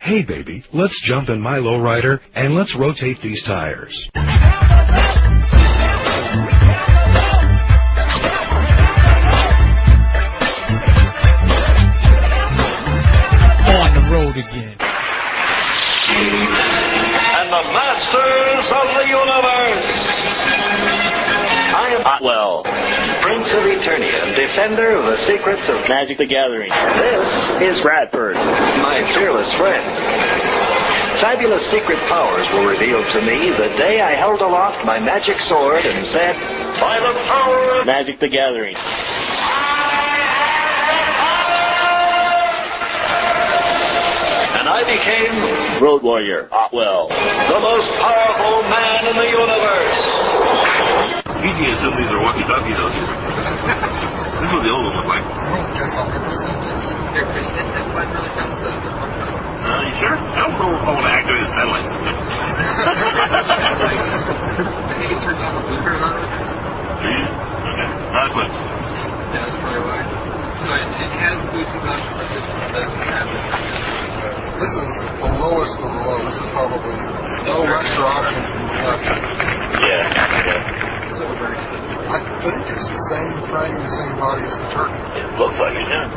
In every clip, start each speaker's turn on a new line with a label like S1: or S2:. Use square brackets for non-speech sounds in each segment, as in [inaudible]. S1: Hey baby, let's jump in my lowrider and let's rotate these tires.
S2: On the road again.
S3: and the masters of the universe. I am Otwell, Prince of Eternia, defender of the secrets of Magic the Gathering. This is Radbird, my fearless friend. Fabulous secret powers were revealed to me the day I held aloft my magic sword and said, By the power of Magic the Gathering. and I became Road Warrior Otwell, the most powerful man in the universe.
S4: He did some of these are walkie talkies out here. this is what the old one looked like. Uh, you sure? I don't know if I want to activate the satellites. Do you? Okay. Not equipped.
S5: This is the lowest of the low. This is probably no extra option from the left.
S4: Yeah. yeah.
S5: I think it's the same frame, the same body as the turkey.
S4: It looks like it, yeah.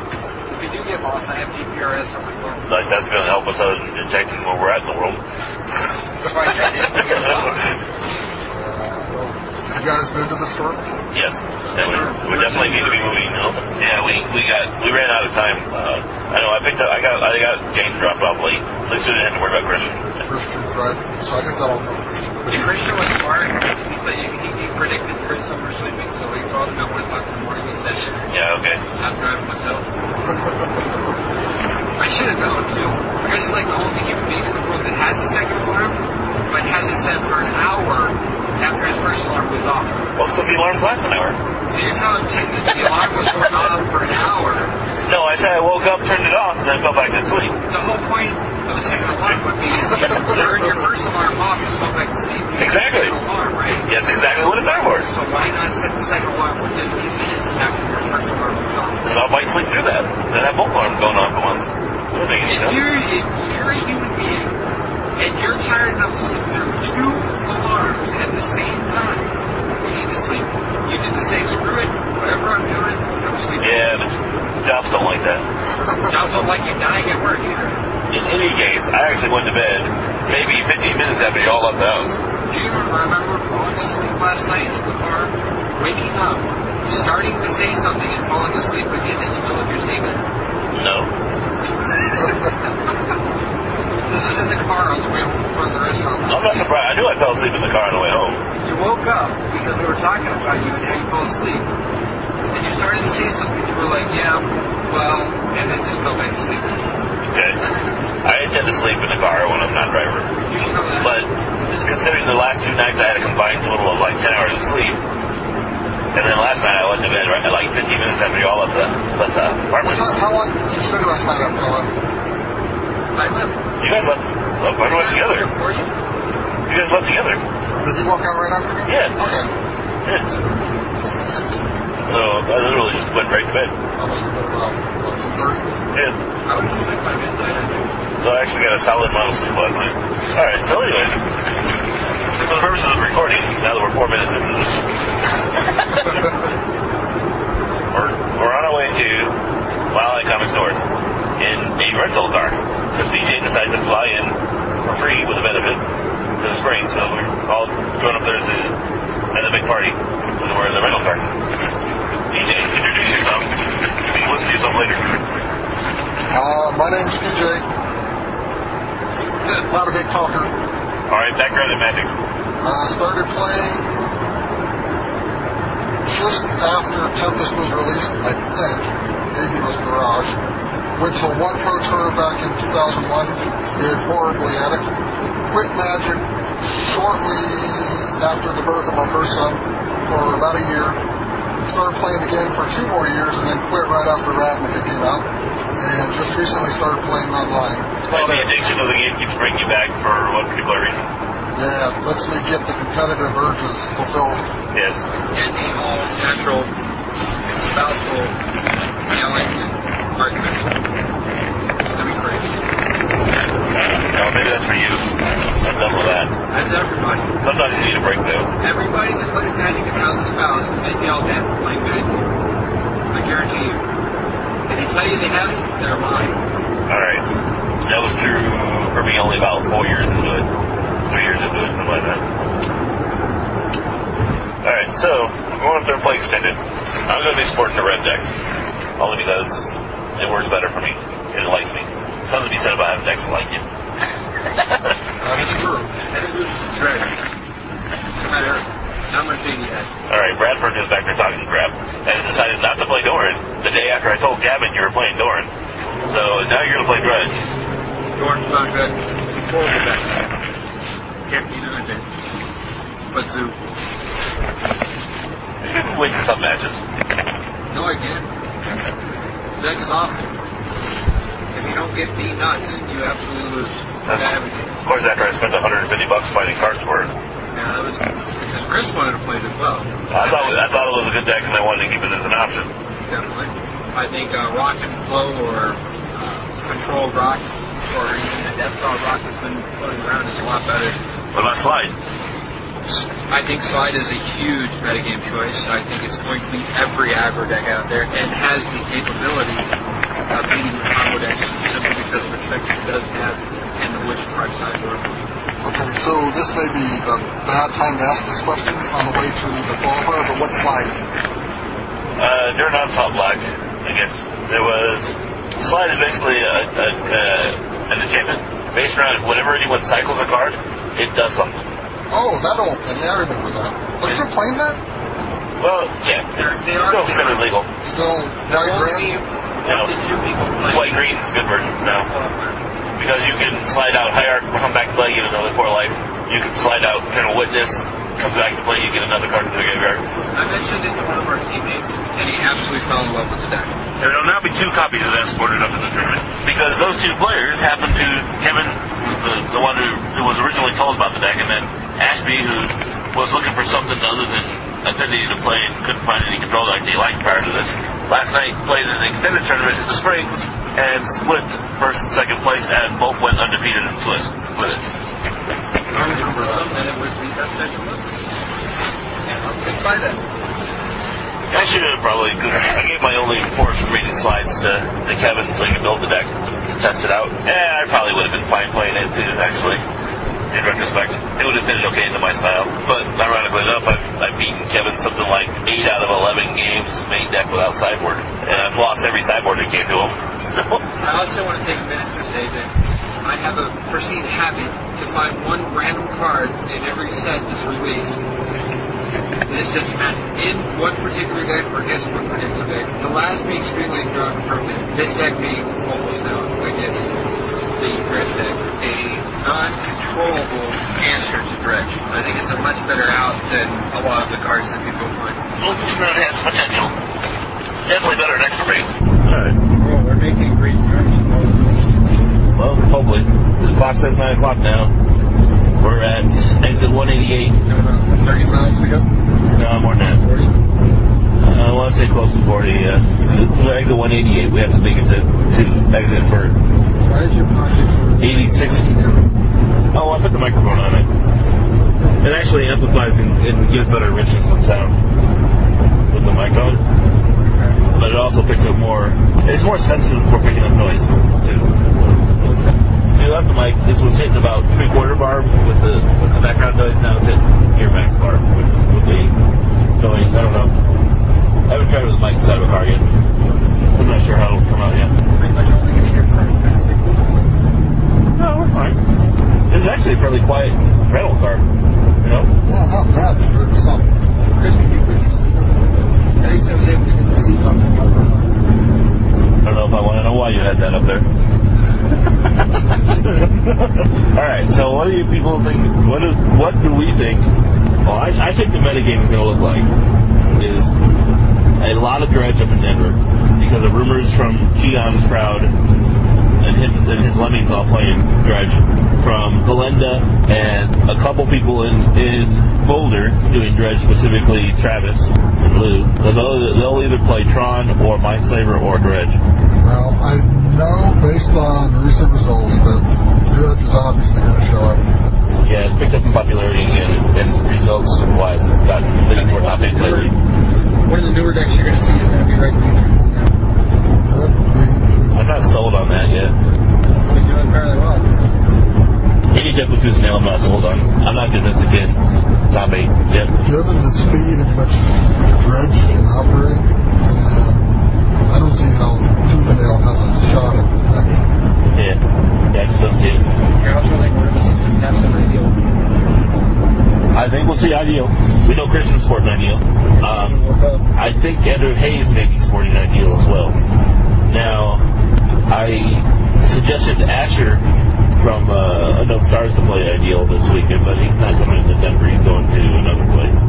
S4: Like that's going to help us out in detecting where we're at in the world. [laughs]
S5: Well, you guys been to the store?
S4: Yes, and we, we definitely need to be moving. Up. Yeah, we we got we ran out of time. Uh, I know. I picked up. I got I got Jane dropped off late. At least we didn't have to worry about Christian.
S5: Christian Friday. So I guess I don't know Christian. But he's,
S6: Christian was smart, but he, he, he predicted Chris over sleeping, so we called him uh, at 1 o'clock in the morning and said,
S4: Yeah. Okay.
S6: I'm driving myself. I should have known, too. Chris is like the only human being in the world that has a second alarm, but hasn't said for an hour after his first alarm was off.
S4: What's the alarms last an hour?
S6: So you're telling me that the alarm was going off for an hour.
S4: No, I said I woke up, turned it off, and then fell back to sleep.
S6: The whole point of a second alarm would be to turn your first alarm off and go back to sleep. You need a
S4: Exactly.
S6: second Alarm, right?
S4: That's exactly what it's there for.
S6: So why not set the second alarm for 15 minutes after your first alarm was off?
S4: And I'll bite sleep through that. Then have both alarms going off at once. That makes
S6: If
S4: sense.
S6: you're, if you're a human being and you're tired enough to sit through two alarms at the same time, you need to sleep. You need to say, screw it, whatever I'm doing, I'm sleeping.
S4: Yeah, but jobs don't like that.
S6: Don't look like you're dying at work either.
S4: In any case, I actually went to bed maybe 15 minutes after y'all left the house.
S6: Do you remember falling asleep last night in the car, waking up, starting to say something and falling asleep again in the middle of your statement?
S4: No.
S6: [laughs] This is in the car on the way from the restaurant.
S4: I'm not surprised. I knew I fell asleep in the car on the way home.
S6: You woke up because we were talking about you and how you fell asleep. And you started to say something. You were like, yeah, well, and then just go back to sleep.
S4: Okay. I tend to sleep in the car when I'm not driver.
S6: You should know that.
S4: But considering the last two nights I had a combined total of like 10 hours of sleep, and then last night I went to bed right at like 15 minutes after y'all left the, left the apartment.
S5: how, how long did you say last night after I left?
S6: I left.
S4: You guys left the apartment together.
S6: Before you.
S4: You guys left together.
S5: Did you walk out right after me?
S4: Yeah.
S5: Okay.
S4: Yes. So I literally just went right to bed.
S5: I must have been about, about 30.
S4: Yeah.
S6: I was asleep by midnight, I think.
S4: So I actually got a solid amount of sleep last night. Alright, so anyways. For the purposes of recording, now that we're four minutes into this. we're, we're on our way to Wild Eye Comics North in a rental car. Because BJ decided to fly in for free with a benefit to the spring, so we're all going up there to at a big party and we're in the rental car. BJ, introduce yourself. You can listen to yourself later.
S5: Uh, my name's PJ. Not a big talker.
S4: Alright, background and magic.
S5: I Uh, started playing just after Tempest was released, I think. Maybe it was Mirage. Went to one pro tour back in 2001. Did horribly at it. Quit Magic shortly after the birth of my first son for about a year. Started playing again for two more years and then quit right after Ravnica came out. And just recently started playing online. That's
S4: Well,
S5: about
S4: the
S5: it.
S4: addiction of the game keeps bringing you back for one particular reason.
S5: Yeah, lets me get the competitive urges fulfilled.
S4: Yes.
S6: And the all natural, spousal, yelling argument. It's gonna be great.
S4: Uh, know, maybe that's for you. I've done with that.
S6: That's everybody.
S4: Sometimes you need a break, though.
S6: Everybody that plays Magic and Houses Palace has been yelled at for playing Magic. I guarantee you. If they tell you they haven't, they're lying.
S4: All right. That was true for me only about four years into it. Three years into it, something like that. All right, so I'm going up there and play extended. I'm going to do sports to red deck. Only because it works better for me. It likes me. Something to be said about having decks that like you.
S5: That is true.
S6: That's right. No matter how much you have.
S4: All right, Bradford is back there talking crap and has decided not to play Doran the day after I told Gavin you were playing Doran. So now you're going to play Grudge. [laughs]
S6: George not good. Horrible best. Can't be doing it. But Zoo.
S4: You can win some matches.
S6: No, I can't. Deck is awful. If you don't get the nuts, you absolutely lose.
S4: That's-
S6: Got everything.
S4: Of course, after I spent 150 bucks fighting cards for it,
S6: Yeah, that was because Chris wanted to play it as well.
S4: I thought, I thought it was a good deck and I wanted to keep it as an option.
S6: Definitely. I think uh, Rock and Flow or uh, Control Rock or even the Death Star Rock that's been floating around is a lot better.
S4: What about Slide?
S6: I think Slide is a huge metagame choice. I think it's going to beat every aggro deck out there and has the capability of beating the combo decks simply because of the effect it does have and the Witch Card sideboard.
S5: Okay, so this may be a bad time to ask this question on the way to the qualifier, but what slide?
S4: Uh, during Onslaught Black, I guess, there was. Slide is basically a, a, a, an enchantment based around whenever anyone cycles a card, it does something.
S5: Oh, that old thing. Yeah, I remember that. Are you still playing that?
S4: Well, yeah,
S6: They're-
S4: it's
S6: they are
S4: still semi legal.
S5: Still white red?
S6: One to two people playing.
S4: White green is good versions now. Because you can slide out Hierarch, come back to play, get another core life. You can slide out Eternal Witness, comes back to play, you get another card from the graveyard.
S6: I mentioned it to one of our teammates, and he absolutely fell in love with the deck.
S4: There will now be two copies of that sported up in the tournament because those two players happen to Kevin, who's the, the one who, who was originally told about the deck, and then Ashby, who was looking for something other than Affinity to play and couldn't find any control deck they liked prior to this. Last night played an extended tournament at the Springs and split first and second place, and both went undefeated in Swiss with it.
S5: I remember that.
S6: And it was the best deck in the list. And I'll stick by that.
S4: I should have probably, because I gave my only four rated slides to, to Kevin so he could build the deck, test it out. Eh, I probably would have been fine playing it too, actually. In retrospect, it would have been okay into my style. But ironically enough, I've, I've beaten Kevin something like 8 out of 11 games main deck without sideboard. And I've lost every sideboard that came to him. So,
S6: I also want to take a minute to say that I have a perceived habit to find one random card in every set that's released. And it's just matched in one particular deck or against one particular deck. The last me extremely drawn from this deck being almost now against the red deck, a non-controllable answer to dredge. I think it's a much better out than a lot of the cards that people find.
S4: Lucas Road has potential. Definitely better than extra rate. [laughs] Alright.
S6: Well, we're making great turns.
S4: Well, hopefully. The clock says 9 o'clock now. We're at exit 188.
S6: No, no, 30 miles to go.
S4: No, more than that.
S6: 40.
S4: I want to say close to 40. Uh, to exit 188, we have to make it to, to exit for
S6: Why is your pocket full?
S4: 86. Oh, I put the microphone on it. It actually amplifies and, and gives better richness and sound with the mic on. But it also picks up more. It's more sensitive for picking up noise too. When you left the mic. This was hitting about three quarter bar with the with the background noise. Now it's hitting near max bar with, with the noise. I don't know. I haven't tried with the mic inside of a car yet. I'm not sure how it'll come out yet.
S6: Pretty much only gets your first plastic.
S4: No, we're fine. This is actually a fairly quiet rental car. You know?
S5: Yeah, Oh, not bad. There's some.
S6: Chris, would you please? At least I was able to get the seat up.
S4: I don't know if I want to know why you had that up there. All right. So, what do you people think? What do what do we think? Well, I, I think the metagame is going to look like is a lot of dredge up in Denver because of rumors from Keon's crowd and him and his lemmings all playing dredge from Glenda and a couple people in in Boulder doing dredge specifically Travis and Lou. So they'll, they'll either play Tron or Mind Slaver or dredge.
S5: Well, I know based on recent results that Dredge is obviously the speed at which Dredge can operate. And uh, I don't see how Toothnail has a shot at that.
S4: Yeah. Yeah, I just don't see it.
S6: You're also like one of the six and an ideal.
S4: I think we'll see Ideal. We know Christian's sporting Ideal. Um, I think Andrew Hayes may be sporting Ideal as well. Now, I suggested Asher from uh, Enough Stars to play Ideal this weekend, but he's not coming to Denver. He's going to another place.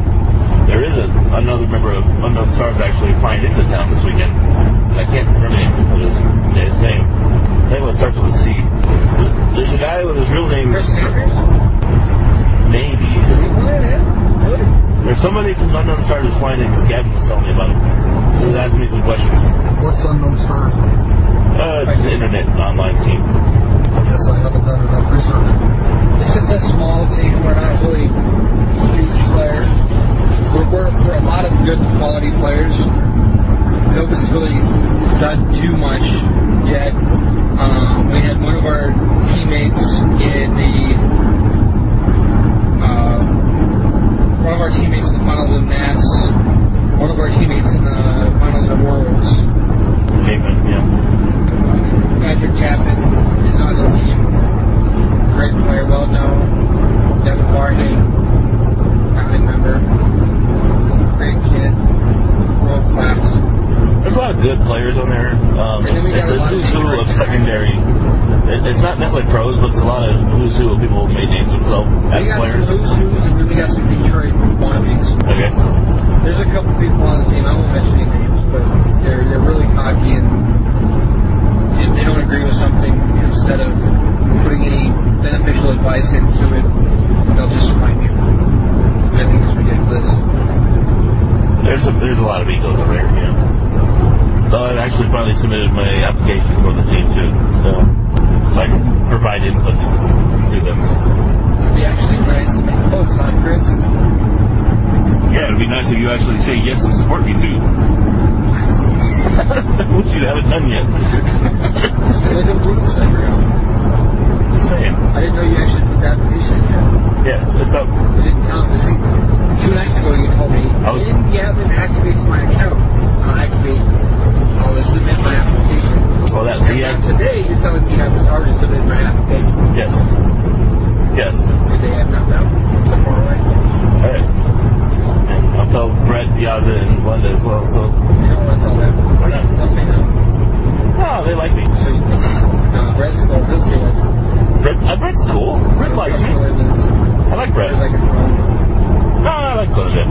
S4: There is a, another member of Unknown Stars actually flying into town this weekend. And I can't remember what his, his name. I think it starts with a C. There's a guy with his real name.
S6: Chris Sanders?
S4: Maybe.
S6: Is he playing it? Really?
S4: There's somebody from Unknown Stars who's flying in because Gavin was telling me about it. He was asking me some questions.
S5: What's unknown star?
S4: Uh, it's an internet online team.
S5: I guess I haven't done enough research.
S6: This is a small team. We're not really huge players. We're, we're, we're a lot of good quality players. Nobody's really done too much yet. Um, we had one of our teammates in the uh, one of our teammates in the Finals of Nats. One of our teammates in the Finals of Worlds.
S4: Caveman, yeah.
S6: Patrick Chapman is on the team. Great player, well known. Devin Barney, family member. Great kid. World class.
S4: There's a lot of good players on there. Um,
S6: And then we
S4: it's
S6: got a
S4: a
S6: lot of
S4: who's who of
S6: secret-
S4: secondary. It, it's not necessarily pros, but it's a lot of who's who of people who made names themselves as
S6: We got
S4: players.
S6: some who's who's and then we got some Detroit wannabes.
S4: Okay.
S6: There's a couple people on the team. I won't mention any names, but they're they're really cocky and if they don't agree with something, instead of putting any beneficial advice into it, they'll just find you. I think it's ridiculous.
S4: There's a, there's a lot of egos on there, yeah. So I've actually finally submitted my application for the team too, so, so I can provide input to them.
S6: It'd be actually nice to make posts on Chris.
S4: Yeah, it'd be nice if you actually say yes and support me too. [laughs] Which you haven't done yet.
S6: They don't do this every hour.
S4: Just saying.
S6: I didn't know you actually put the application in yet.
S4: Yeah, it's up.
S6: You didn't tell me. See, two nights ago you told me,
S4: I was-
S6: "Ian Gavin activates my account. I'll activate, I'll submit my application.
S4: Well, Oh, that
S6: And
S4: the
S6: now today you're telling me I've already submitted my application.
S4: Yes. Yes.
S6: And they have not done it so far away.
S4: All right. And I'll tell Brett, Piazza, and Wanda as well. So
S6: You don't want to tell them.
S4: Why not?
S6: They'll say no.
S4: no, they like me.
S6: So you, uh, no, Brett's cool. He'll say yes.
S4: Brett, uh, Brett's cool. Brett likes me.
S6: It's
S4: I like Brett.
S6: uh, like a phone.
S4: No, I like Belichick.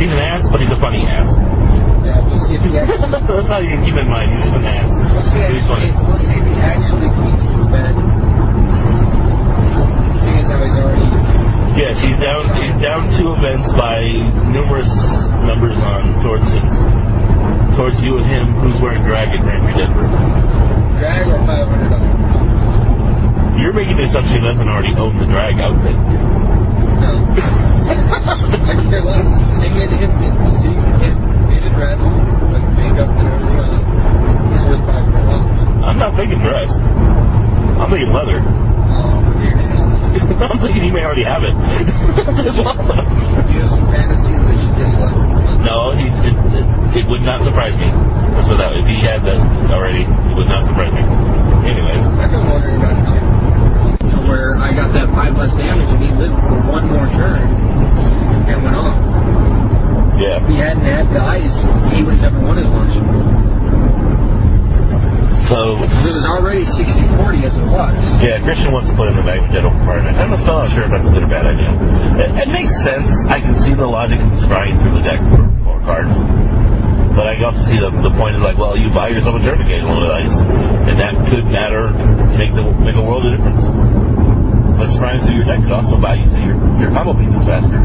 S4: He's an ass, but he's a funny ass. [laughs]
S6: Yeah, we'll see if he actually...
S4: That's how you keep in mind. He's just an ass.
S6: We'll see,
S4: He's funny.
S6: if, we'll see if he actually keeps the bet. Seeing as how he's already...
S4: Yes, he's down. He's down two events by numerous numbers on towards his, towards you and him. Who's wearing dragon, Randy Denver?
S6: Drag or $500?
S4: You're making the assumption he doesn't already own the drag outfit.
S6: No. I think there's a lot of singing him and seeing him in a dress, like makeup and everything on. He's worth five hundred dollars.
S4: I'm not thinking dress. I'm thinking leather. [laughs]
S6: Um, you're just-
S4: I'm thinking he may already have it. [laughs] That's what I'm thinking.
S6: you have some fantasies that you just left.
S4: no, he, it, it, it would not surprise me. That's what that, if he had that already, it would not surprise me. Anyways,
S6: I've been wondering about it too. To where I got that five less damage and he lived for one more turn and went off.
S4: yeah.
S6: If he hadn't had the ice, he would never won his launch.
S4: So,
S6: It was already 60-40 as it was.
S4: yeah, Christian wants to play in the Magnum Dental Partners. I'm still not sure if that's a good or bad idea. It, it makes sense. I can see the logic of scrying through the deck for, for cards. But I also see the, the point is like, well, you buy yourself a tourniquet with ice, and that could matter, make the make a world of difference. But scrying through your deck could also buy you to your, your combo pieces faster,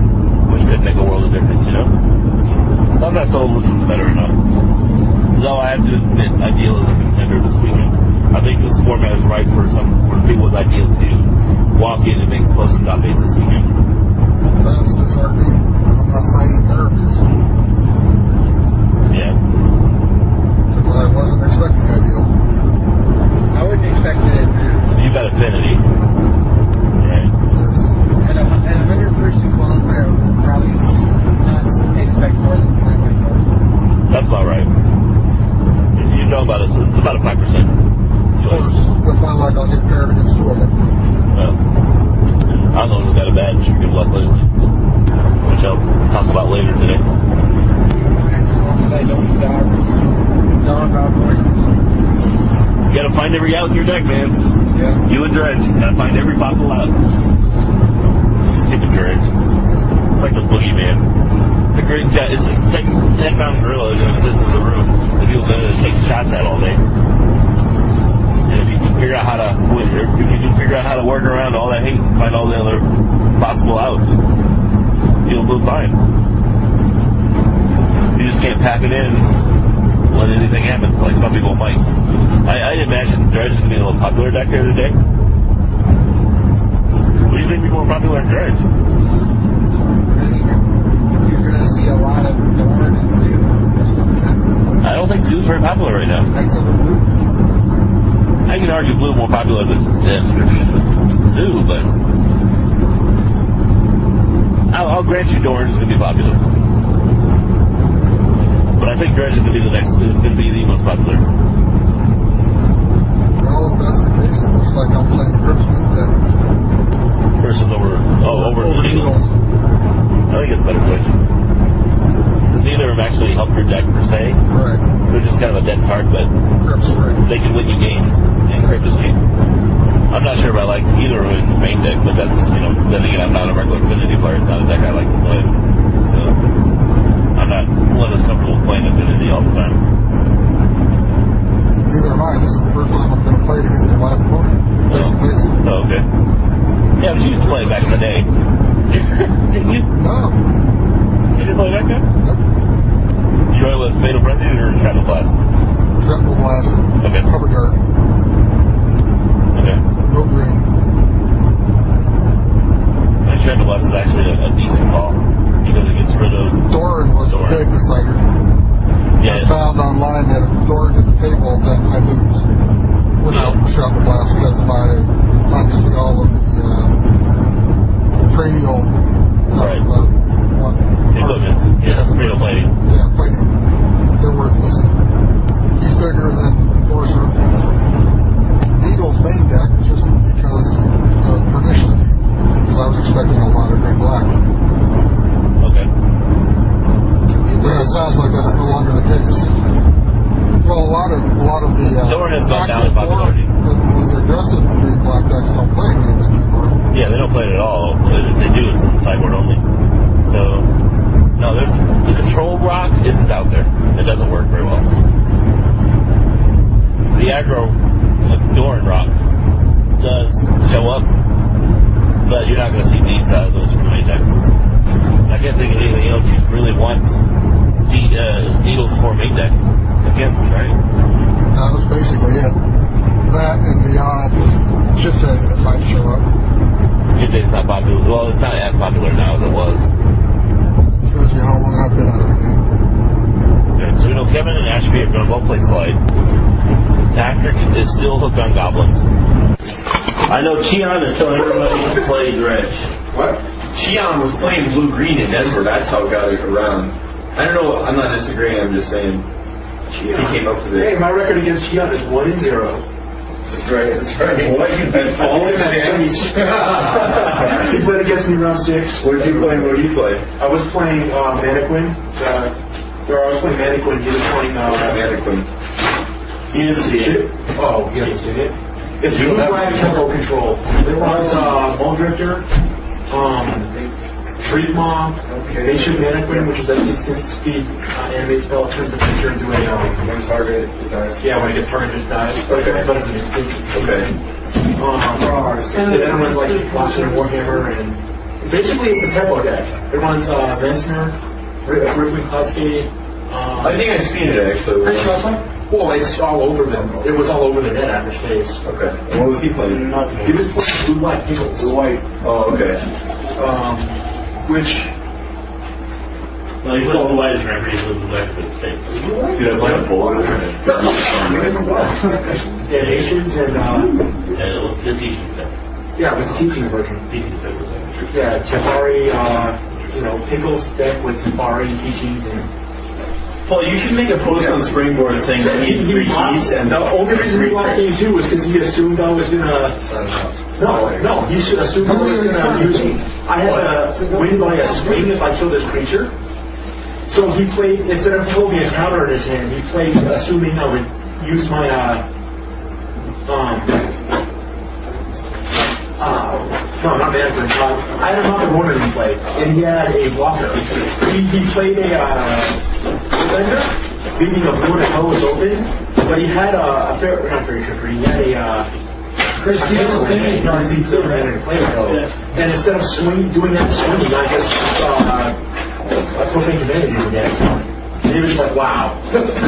S4: which could make a world of difference, you know? So I'm not sold which one's better or not. Though I have to admit, Ideal is a contender this weekend. I think this format is right for some for people with Ideal to walk in and make close to top eight this weekend.
S5: That's disheartening. I'm not finding therapies.
S4: Yeah.
S5: But I wasn't expecting that deal.
S6: I wouldn't expect it in math.
S4: You got affinity. Right.
S5: It's-
S6: And a hundred person qualifier would probably not
S4: deck, man.
S5: Yeah.
S4: You and Dredge. Gotta find every fossil out. Stupid Dredge. It's like the boogeyman. It's a great jet. It's like 10, 10 pound gorilla that sits in the room. The people that take shots at all day. And if you can figure out how to, win- if you can figure out how to work around all that hate, and find all the other possible outs, you'll do fine. You just can't pack it in and let anything happen, like some people might. I, I'd imagine Dredge is going to be the most popular deck here today. What do you think would be more popular than Dredge?
S6: I think you're going to see a lot of Dorn and Zoo.
S4: I don't think Zoo's very popular right now.
S6: I said Blue.
S4: I can argue Blue more popular than, than Zoo, but I'll, I'll grant you Dorn is going to be popular. But I think Dredge is going to be the next, is going to be the most popular.
S5: Well, if that's the case, it looks like I'm playing grips with that.
S4: Versus over, oh, over,
S5: Over
S4: Eagles.
S5: Eagles.
S4: I think it's a better choice. Neither of them actually help your deck per se.
S5: Right.
S4: They're just kind of a dead card, but
S5: Grips, right.
S4: they can win you games and crypt is cheap. I'm not sure if I like either of them in the main deck, but that's you know then again I'm not a regular Infinity player, it's not a deck I like to play. So I'm not one that's comfortable playing Infinity all the time.
S5: Neither am I. This is the first time I'm going to play it against my opponent. Face to face.
S4: Oh, okay. Yeah, but you used to play back in the [laughs] day. Didn't you?
S5: No.
S4: Did you play back then? You went with Fatal Frenzy or Shadow Blast?
S5: Temple Blast.
S4: Okay.
S5: Cover guard.
S4: Okay.
S5: Go green.
S4: And Shadow Blast is actually a, a decent call because it gets rid of
S5: Doran was the
S4: Doran.
S5: big decider.
S4: yeah.
S5: Found online that if Doran hit the table, then I lose. Without
S4: Oh.
S5: Shadow Blast because my, obviously all of the uh, cranial.
S4: Right.
S5: Uh, what,
S4: Equipment.
S5: Uh,
S4: Yeah, cranial plating.
S5: Yeah, plating. They're worthless. He's bigger than Enforcer. Needle's main deck just because of Pernicious Deed. Because I was expecting a lot of green black.
S4: Okay.
S5: But it sounds like that's no longer the case. Well, a lot of a lot of the uh,
S4: Doran has gone down in
S5: active board-
S4: popularity.
S5: The, the aggressive green black decks don't play main deck anymore.
S4: Yeah, they don't play it at all. If they do, it's on the sideboard only. So, no, there's the control rock isn't out there. It doesn't work very well. The aggro like Doran rock does show up, but you're not going to see deeds out of those from main deck. I can't think of anything else you really want the uh, needles for main deck against, right?
S5: That was basically it. That and the odd chip that might show up.
S4: If it's not popular, well, it's not as popular now as it was.
S5: Shows you how long I've been out of the game.
S4: Okay, So we know Kevin and Ashby are going to both play slide. Patrick is still hooked on goblins. I know Cheon is telling everybody to play dredge.
S7: What? Cheon was playing blue green in Edward. That's how it got it around. I don't know. I'm not disagreeing. I'm just saying. He came up with it. Hey, my record against Cheon is one and zero. That's right. That's right. What? You've been [laughs] falling damage. [laughs] he played against me round six. What did you play? What did you play?
S8: I was playing uh, Mannequin. Uh, or I was playing Mannequin. He was playing. Uh,
S7: Mannequin.
S8: he didn't see it. Oh, he hasn't seen it. It's
S7: You
S8: Blue
S7: don't have
S8: Black
S7: it.
S8: Tempo Control. It was uh, Bone Drifter, um, Freak Mom, Ancient Mannequin, which is that instant speed uh, anime spell. It turns the creature into a. Um,
S7: One target. It dies.
S8: yeah, when it gets targeted, it dies. But it's better than instant.
S7: Okay.
S8: Um, and then it runs like Boston and Warhammer, and basically it's a tempo deck. It runs uh, Messner, R- uh, Ripley Klotsky. Um,
S7: I think I've seen it actually.
S8: Well, it's all over them. It was all over the net after space.
S7: Okay. What was he playing?
S8: He was playing blue white pickles. Blue white.
S7: Oh, okay.
S8: Um, which
S4: Like, what is the lightest ramp you live back to the space?
S7: Did I play a bullet?
S8: yeah, nations and uh,
S4: Yeah, it was the teaching set.
S8: yeah, it was teaching version.
S4: Teaching set was that.
S8: Yeah, Tafari. Uh, you know, pickles deck with Tafari teachings and.
S7: Paul, you should make a post on Springboard saying
S8: So he, he lost, the only reason he lost game two was because he assumed I was gonna. No, no, he should assume I was gonna use. I had to win by a swing if I kill this creature. So he played instead of holding a counter in his hand, he played assuming I would use my uh, um, uh, no, not Manson. Uh, I had another woman play, and he had a blocker. He, he played a uh, [laughs] defender, beating a one that was open, but he had a, a fair, not fair tripper, he had a. Uh, Chris Steele's thing, no, he couldn't have a player though. And instead of swinging, doing that swinging, I just, uh, I put my commander in that. And he was like, wow.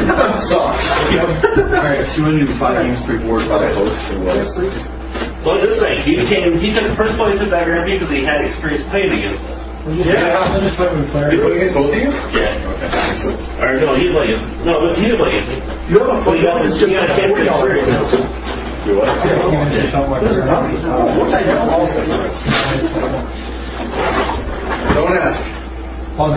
S8: [laughs] Sucks.
S7: Alright, so you want to do five games per board, five posts, or what?
S4: Well, this thing, he became, he took first place at that Grand because he had experience playing against us.
S8: Yeah.
S7: You play against both of you?
S4: Yeah.
S7: Okay.
S4: Or no, he didn't play against, no, he didn't play against me.
S8: You know, the
S4: Well,
S8: funny
S4: he also,
S8: thing is
S4: he had a chance to experience it.
S7: You what?
S8: Uh, What the hell?
S7: Don't ask. Uh,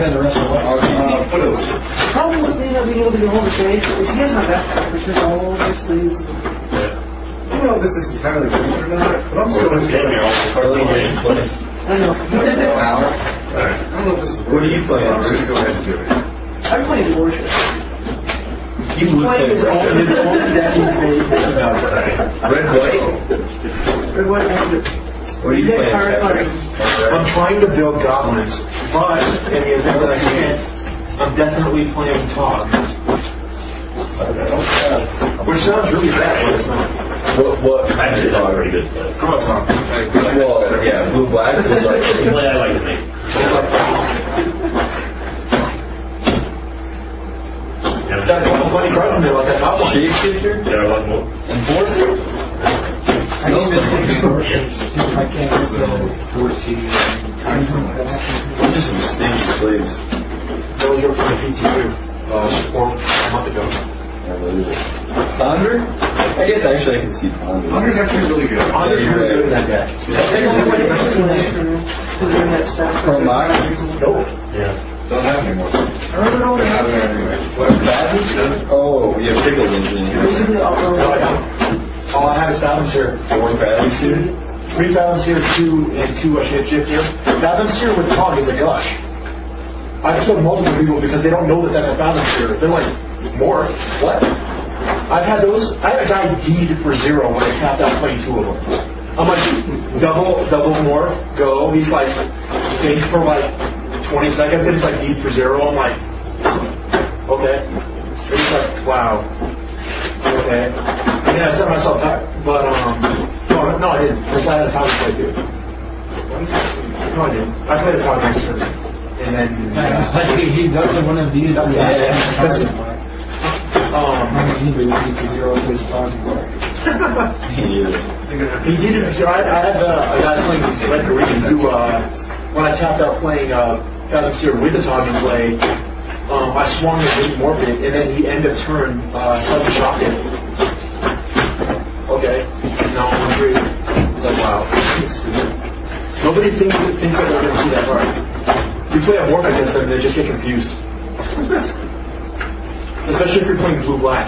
S7: footloose.
S9: Probably would be that we know the whole day. Is he has my back? Which is all this things.
S7: I don't know if this is entirely true or not, but I'm still in
S4: Damn, you're all partly in play.
S9: I know.
S7: I don't know if this is. What are you playing? I'm just go ahead and do it.
S9: I'm playing worship.
S7: He was
S8: Playing his own, his own deck he's made.
S7: Red, white?
S9: Or what happened?
S7: What are you
S9: Yeah,
S7: playing?
S9: Pirate Fighter.
S8: I'm trying to build goblins, but in the event that I can't, I'm definitely playing Tog. Which sounds really bad, but it's not.
S7: What, what?
S4: Actually, that's a pretty good play.
S8: Come on, Tom.
S7: Well, yeah, blue, black, blue,
S4: The
S7: black.
S4: play I like to make. Yeah,
S8: That's one funny card in there, like that top one.
S7: Shape shifter?
S4: There are one more.
S7: Enforcer?
S4: Yeah.
S7: Just some stinky slaves.
S8: That was your from the PTU, uh, four a month ago.
S7: Thunder? I guess actually I can see Thunder. Thunder's actually really good.
S8: I'm just really good in that deck.
S7: From Mox?
S8: Nope.
S7: Don't have any more.
S9: I don't know.
S7: What, Badges? Oh, we have Pickle Engine here.
S9: Basically, I'll go.
S8: No, I don't. All I have is Saboteur.
S7: One Badges here?
S8: Three Balanceer, two, and two uh, Shapeshifter. Balanceer with Tog is a gush. I've killed multiple people Oh, because they don't know that that's a Balanceer. They're like, more? What? I've had those. I had a guy deed for zero when I tapped out playing two of them. I'm like, double, double more, go. He's like, think for like 20 seconds, and it's like deed for zero. I'm like, okay. It's like, wow. Okay. Yeah, I set myself back, but um, no, no, I didn't. Because I had a time to play too. No, I didn't. I played a time next year, and then
S2: he doesn't want to be that
S8: Yeah. um,
S7: Yeah.
S8: he did it. So I, I had uh, a guy playing Red Korean who, uh, when I tapped out playing uh, Phantom Seer with the time to play, um, I swung and hit Morbid, and then he end of turn uh, sudden shot it. Okay, now I'm on three. It's like wow. Nobody thinks thinks that they're going to see that card. You play a Morbid against them, they just get confused. Especially if you're playing blue black.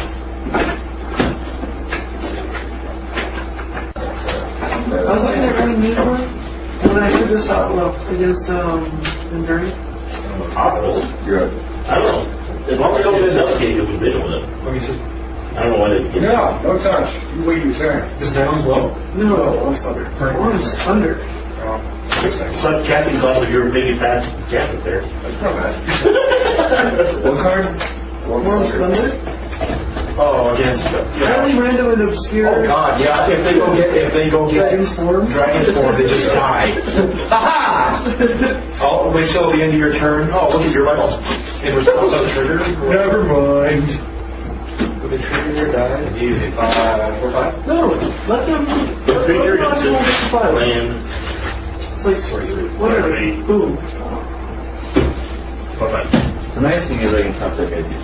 S9: I was looking at really neat one, and when I took this out, well, it is, um, enduring.
S4: Possible.
S7: You're up.
S4: I don't know. As long as nobody else gets it, we did it with it.
S8: Let me see.
S4: I don't know why they did it.
S7: No, no touch. You wait your turn.
S8: Does that one's well?
S9: No,
S7: What's up there?
S9: one is thunder.
S4: Sub casting class if you were maybe past Jack up there.
S7: What card?
S9: One is thunder.
S8: Oh, against.
S9: Apparently random and obscure.
S8: Oh God, yeah. If they go get, if they go get
S9: Dragon's form.
S8: dragon's form, they just
S9: [laughs]
S8: die. Aha! Oh, wait till the end of your turn. Oh, look at your level. In response on trigger. Never mind. With the trigger your die. Easy. Uh, four five.
S9: No, let them.
S4: The figure
S9: let
S4: is
S9: them file.
S4: land.
S9: It's like sorcery. Whatever.
S4: Sorcery.
S9: Boom.
S4: Bye bye.
S7: The nice thing is I can top deck idea.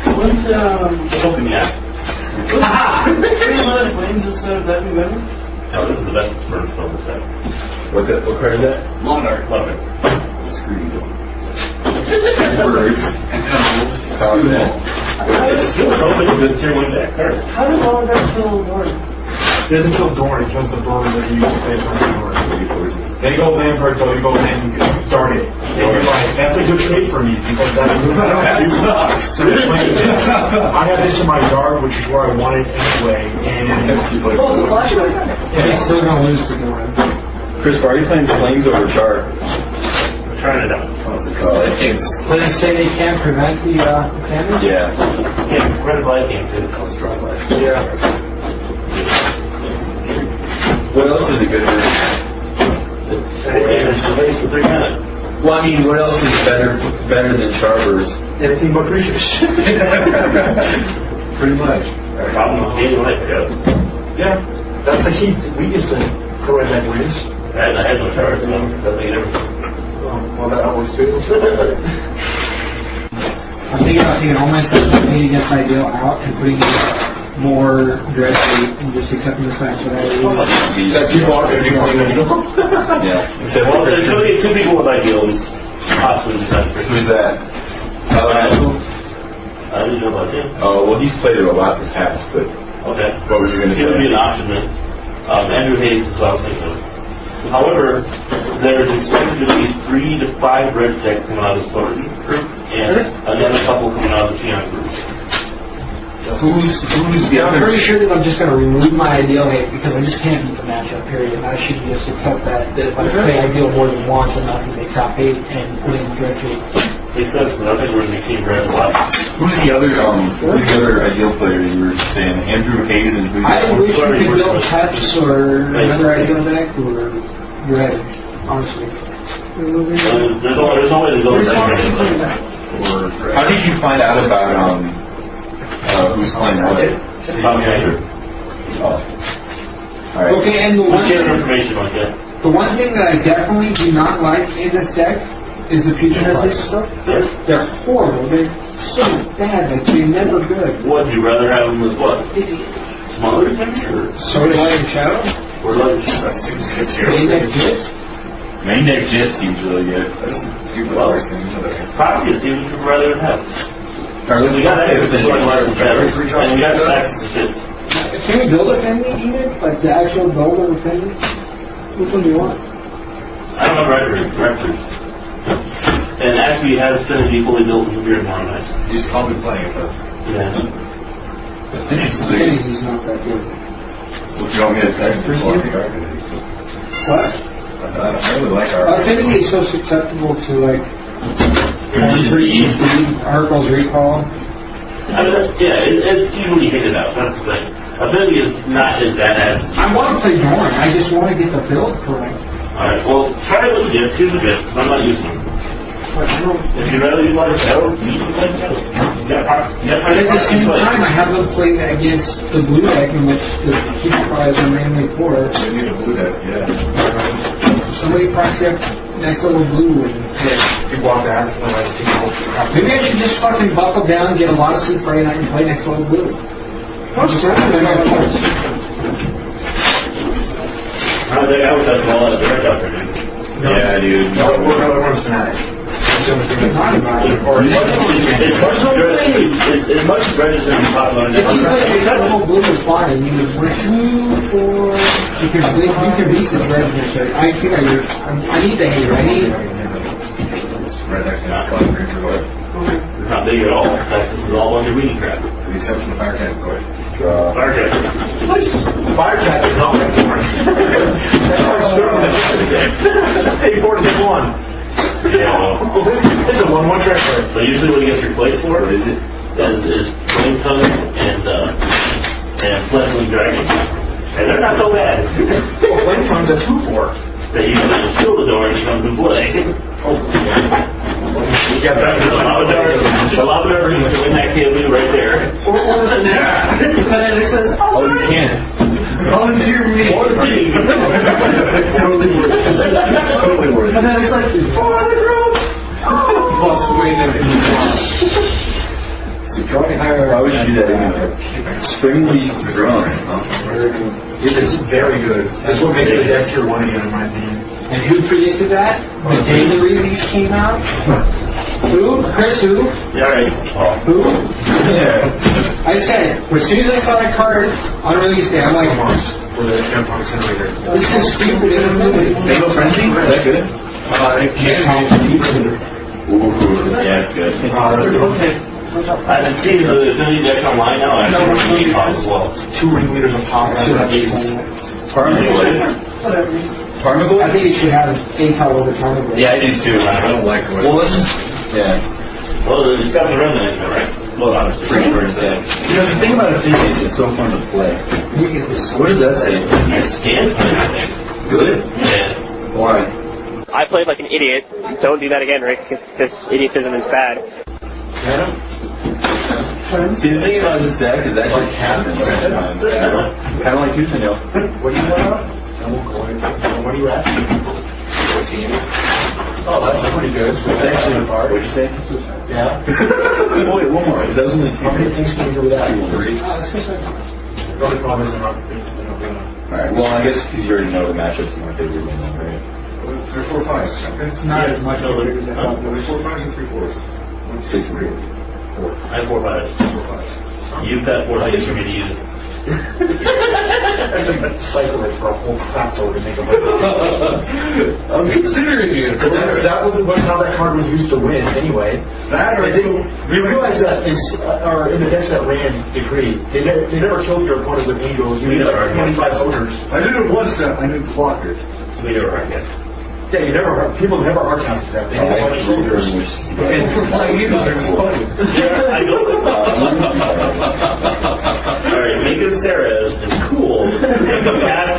S9: What, um,
S4: Hoping yeah.
S9: three mana flames instead of that weapon?
S4: No, this is the best version of this set.
S7: What's that? What card is that?
S4: Lombard. Love it.
S7: Screw you. Birds. Top deck.
S4: It's still a good tier one deck card.
S9: How did all of that kill one?
S8: doesn't kill Dorn, it kills the bird that you used to play from Dorn. They go Lampard, though, you go in Darn it. And you're like, that's a good trade for me because that you suck. So you're playing this. I had this in my yard, which is where I wanted it anyway, and
S2: And he's still gonna lose to Doran.
S7: Chris, why are you playing Flames over Char?
S4: Trying it out.
S2: Let's say they can't prevent the, uh, damage.
S7: Yeah.
S4: Yeah, red lightning. Dude.
S2: Yeah.
S7: What else is it good for?
S4: It's three minutes.
S7: Well, I mean, what else is better better than Charvers?
S8: anything but
S7: [laughs]
S8: creatures.
S7: Pretty much.
S4: Problems being like goes.
S8: yeah. That's the key. We used to go in that wins.
S4: I had, I had no charge, so it doesn't make a difference.
S8: Well, that always too.
S2: I'm thinking about taking all my stuff and playing against my deal out and putting in more dread bait and just accepting the fact that I lose.
S7: That's you bought it. Yeah. Except
S4: Well,
S7: for
S4: there's
S7: Chris.
S4: only two people with ideals, possibly besides Chris.
S7: Who's that? Uh,
S4: I didn't know about him.
S7: oh, well, he's played it a lot in the past, but
S4: Okay.
S7: what was you going to
S4: He would be
S7: say?
S4: an option then. Um, Andrew Hayes is what I was thinking of. However, there's expected to be three to five red decks coming out of the Florida group, and another couple coming out of the Tiana group.
S2: Who's, who's the I'm pretty sure that I'm just going to remove my ideal hate because I just can't beat the matchup period. And I should just accept that, that if I play ideal more than once, I'm not going to make top eight and put in dread bait.
S4: Makes sense, but I think we're gonna see red a lot.
S7: Who's the other um? Who's the other ideal player you were saying? Andrew Hayes and who's?
S2: I wish we could build Peps or
S4: Right.
S2: another ideal deck or red, honestly.
S4: There's there's no, there's no way to go with that.
S7: Or, how did you find out about um? Uh, who's playing what?
S4: Tom Andrew.
S7: Oh. All right.
S2: Okay, and the
S4: Let's
S2: one,
S4: get
S2: thing,
S4: information on that.
S2: the one thing that I definitely do not like in this deck is the futuristic stuff. They're, they're horrible. They're so bad. Like, they're never good.
S4: Would you rather have him as what? Smaller than or
S2: Sorry, Light and Shadow?
S4: or larger?
S2: They never good.
S7: Main deck Jet seems really good.
S4: Proxy is even rather than have.
S7: Alright,
S4: We got that. It's a joint license better, and we got taxes and shit.
S2: Can we build a family even? Like the actual build of a family? Which one do you want?
S4: I don't have records, records. And actually, it has been equally built in the beer tomorrow night.
S7: He's probably playing it though.
S4: Yeah.
S2: Kenny's is not that good.
S7: Would you want me to text her?
S2: What?
S7: I really like
S2: Our Affinity is so susceptible to like
S7: Easy.
S2: Articles
S4: I
S2: recall.
S4: mean, that's- yeah, it, it's easily handed out. That's the thing. Ability is not as badass.
S2: I want to play Dorn. I just want to get the build correct.
S4: Alright, well, try it with the gifts. Here's the gifts. I'm not using them.
S2: But I don't.
S4: If you'd rather use like shadow, you can play shadow. You got proxy. You got
S2: But
S4: proxy.
S2: at the same
S4: play.
S2: time, I have them playing against the blue deck in which the people prize are mainly for.
S7: I need a blue deck, yeah.
S2: Somebody proxy up next level blue and.
S8: You walk back and realize people.
S2: Maybe I should just fucking buckle down, get a lot of sleep Friday night, and play next level blue. Just remember that I was.
S4: I think I would have all out of the red out there, dude.
S7: Yeah, dude.
S8: No, we're not the ones tonight. That's the only thing that's
S2: Not about it.
S8: Or
S4: As much as as much as there is- as- as much red as in the pot line.
S2: If you play next level blue and fly, you would win two, four. You can you can beat this red deck. I think I I'm, I need the hater. I need.
S7: Right next to the spot, Ranger Boy.
S4: It's not big at all. That's this is all under weenie crap. Uh,
S7: With the exception of Fire Cat, go ahead. Draw.
S4: Fire jacket.
S8: Fire cat is not
S4: [laughs]
S8: like porn. That's our service. Hey, porn is one.
S4: Yeah, well,
S8: It's a one-one track play.
S4: So usually what it gets replaced for
S7: What
S4: is
S7: is it?
S4: is flame tongues and uh, and fleshling dragons, and they're not so bad.
S8: Well, Flame Tongue's a two-four.
S4: they usually just kill the door and he comes in play.
S8: [laughs] Yeah,
S4: That's the lava door. The lava door is in that KOB right there.
S2: Or or the next. But then it says,
S7: Oh, you can't.
S8: Volunteer me.
S4: Or
S8: Totally worth it. Totally worth
S2: but then it's like, oh, I'm drunk.
S8: Plus, wait a minute.
S7: Why would you do that anyway? Springleaf Drum.
S8: It's very good. That's what makes the deck tier one again, in my opinion.
S2: And who predicted that? The day the release came out. Who? Chris? Who?
S4: Yeah, all right.
S2: Who?
S7: Yeah.
S2: I said, as soon as I saw that card on release day, I'm like,
S7: for the tampon generator.
S2: This is stupid. I don't know.
S7: Fatal frenzy, is that good? Uh, it can't Ooh, yeah, it's good.
S2: Okay.
S4: I've been seeing the ability decks online now. and I think it's really hot as well.
S8: Two ring leaders of pop.
S7: Parmagoy?
S9: Whatever.
S7: Parmagoy?
S2: I think you should have Intel over time.
S7: Yeah, I do too. I don't like it. One? Yeah.
S4: Well, it's got the remnant in it, right? Well, honestly,
S7: Pretty
S4: pretty
S7: much that. You know, the thing about a fizzy is it's so fun to play.
S2: We get this.
S7: What does that say?
S4: I scanned it.
S7: Good?
S4: Yeah.
S7: Why?
S10: I played like an idiot. Don't do that again, Rick. This idiotism is bad.
S7: See, the thing about this deck is that just happens sometimes. Kind of like tooth and nail.
S8: What do you want? What do you at?
S7: Oh, that's pretty good. That's actually What'd you say?
S8: Yeah.
S7: Wait, one more. That was only two.
S8: How many things can we do with that?
S7: Three.
S8: The only problem is they're not- they're not doing it.
S7: Alright, well, I guess because you already know the matchups and what they were doing, right?
S5: Three, four, fives.
S2: It's not as much of it as I thought.
S5: There's four fives and three fours. One, two,
S7: Six.
S5: three, four.
S4: I have four fives.
S5: Four fives.
S4: You've got four fives for me to
S5: [laughs]
S4: use.
S8: I think that cycle it for a whole crap load to make a bunch of-
S7: I'm considering it.
S8: Because that, that was what, how that card was used to win anyway.
S5: That or
S8: I didn't, we realized that in, s- uh, or in the decks that ran decree, they, ne- they never killed your opponent with angels. You
S4: We
S8: need
S4: never
S8: like
S4: had one.
S8: 25 owners.
S5: I did it once that I didn't clock it.
S4: We do it right, yes.
S8: Yeah, you never heard, people never hard counted that. They had a bunch of soldiers. And like, you know, they're just funny.
S4: Yeah, I know. Alright, Mako Sarah is cool. You have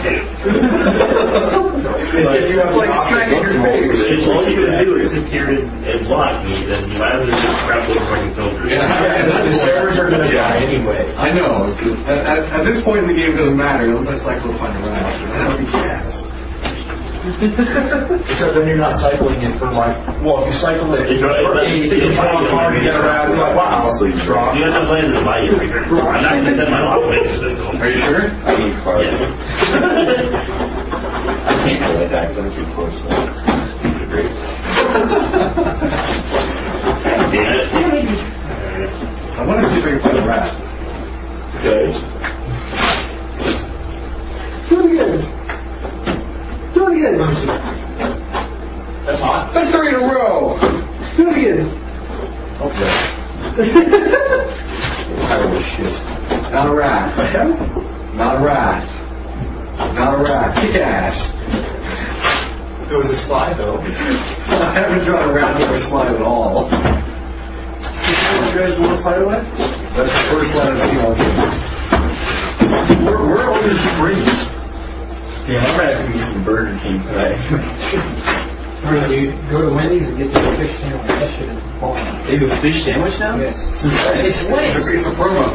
S4: to.
S8: It's like you have like smacking your face.
S4: If all you can do is sit here and, and block me, then you might as well just crap load fucking soldier.
S8: Yeah, the servers are gonna die anyway.
S5: I know. At, at, at this point in the game, it doesn't matter. Unless I go find a run after. That would be gas.
S8: So then you're not cycling it for like, well, if you cycle it,
S4: You know,
S8: for
S4: it's-
S8: eight, you can draw a card, you get around, you're like, wow.
S4: You have to play the value breaker. I'm not gonna send my lock away.
S7: Are you sure? I need cards.
S4: [laughs]
S7: I can't play that because I'm too close. to it. It's Great.
S4: Damn it.
S8: [laughs]
S5: I want to see if I can find a rat.
S7: Good.
S2: Do it again. Do it again.
S8: That's hot.
S2: That's three in a row. Do it again. [laughs]
S5: Okay. Holy shit. Not a rat. Not a rat. Not a rat. Kick ass.
S8: It was a slide
S5: [laughs]
S8: though.
S5: I haven't drawn a rat or a slide at all.
S8: You guys want to slide away?
S5: That's the first line I've seen all game.
S8: We're, we're on the springs.
S7: Yeah, I'm gonna have to eat some Burger King tonight.
S2: Or if you go to Wendy's and get the fish sandwich, that shit is bomb.
S7: They do a fish sandwich now?
S2: Yes.
S7: Since when?
S2: It's Wednesday.
S5: It's a promo.